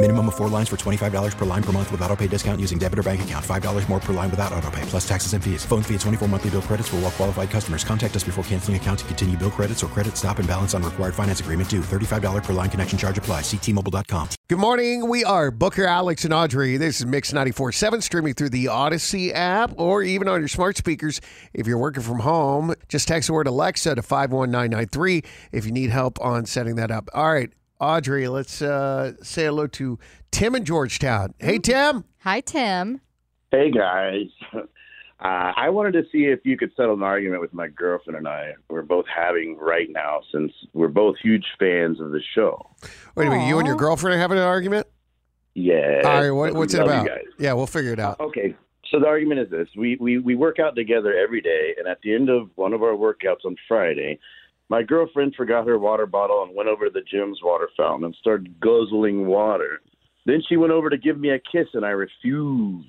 Minimum of four lines for $25 per line per month with auto pay discount using debit or bank account. $5 more per line without auto pay, plus taxes and fees. Phone fee at 24 monthly bill credits for all well qualified customers. Contact us before canceling account to continue bill credits or credit stop and balance on required finance agreement due. $35 per line connection charge apply. Ctmobile.com. Good morning. We are Booker, Alex, and Audrey. This is Mix 94.7 streaming through the Odyssey app or even on your smart speakers. If you're working from home, just text the word Alexa to 51993 if you need help on setting that up. All right. Audrey, let's uh, say hello to Tim in Georgetown. Mm. Hey, Tim. Hi, Tim. Hey, guys. Uh, I wanted to see if you could settle an argument with my girlfriend and I. We're both having right now since we're both huge fans of the show. Wait a minute. You and your girlfriend are having an argument? Yeah. All right. What, what's it Love you about? guys. Yeah, we'll figure it out. Okay. So the argument is this: we, we we work out together every day, and at the end of one of our workouts on Friday, my girlfriend forgot her water bottle and went over to the gym's water fountain and started guzzling water. Then she went over to give me a kiss, and I refused.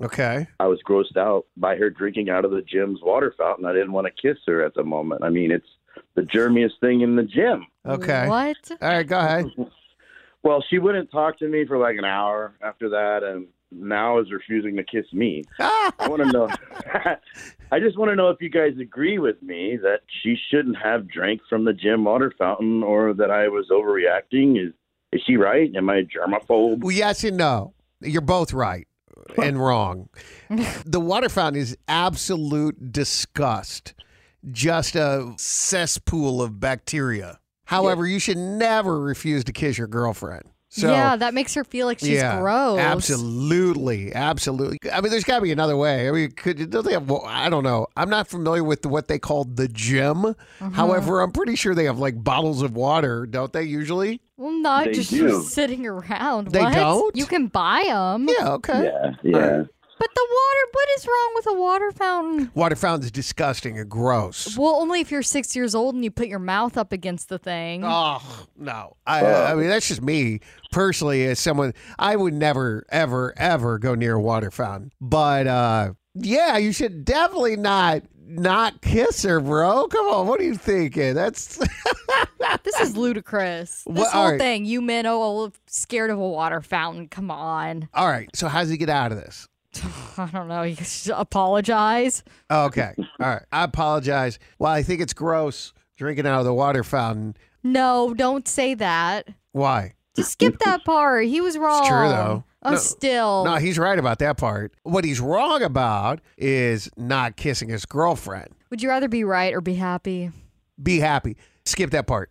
Okay. I was grossed out by her drinking out of the gym's water fountain. I didn't want to kiss her at the moment. I mean, it's the germiest thing in the gym. Okay. What? All right. Go ahead. Well, she wouldn't talk to me for like an hour after that, and now is refusing to kiss me. I want to know. I just want to know if you guys agree with me that she shouldn't have drank from the gym water fountain, or that I was overreacting. Is is she right? Am I a germaphobe? Well, yes and no. You're both right and wrong. the water fountain is absolute disgust, just a cesspool of bacteria. However, you should never refuse to kiss your girlfriend. So, yeah, that makes her feel like she's yeah, gross. Absolutely, absolutely. I mean, there's got to be another way. I mean, could don't they have? Well, I don't know. I'm not familiar with what they call the gym. Mm-hmm. However, I'm pretty sure they have like bottles of water, don't they? Usually, Well, not They just do. sitting around. They What? don't? You can buy them. yeah. Okay. Yeah, yeah. But the water, what is wrong with a water fountain? Water fountains disgusting and gross. Well, only if you're six years old and you put your mouth up against the thing. Oh no! I, I mean, that's just me personally. As someone, I would never, ever, ever go near a water fountain. But uh, yeah, you should definitely not not kiss her, bro. Come on, what are you thinking? That's This is ludicrous. This What- all whole right. thing, you men are all scared of a water fountain. Come on. all right. So how does he get out of this? I don't know. You just apologize. Okay, all right. I apologize. Well, I think it's gross drinking out of the water fountain. No, don't say that. Why? Just skip that part. He was wrong. though. Oh, No- still. No, he's right about that part. What he's wrong about is not kissing his girlfriend. Would you rather be right or be happy? Be happy. Skip that part.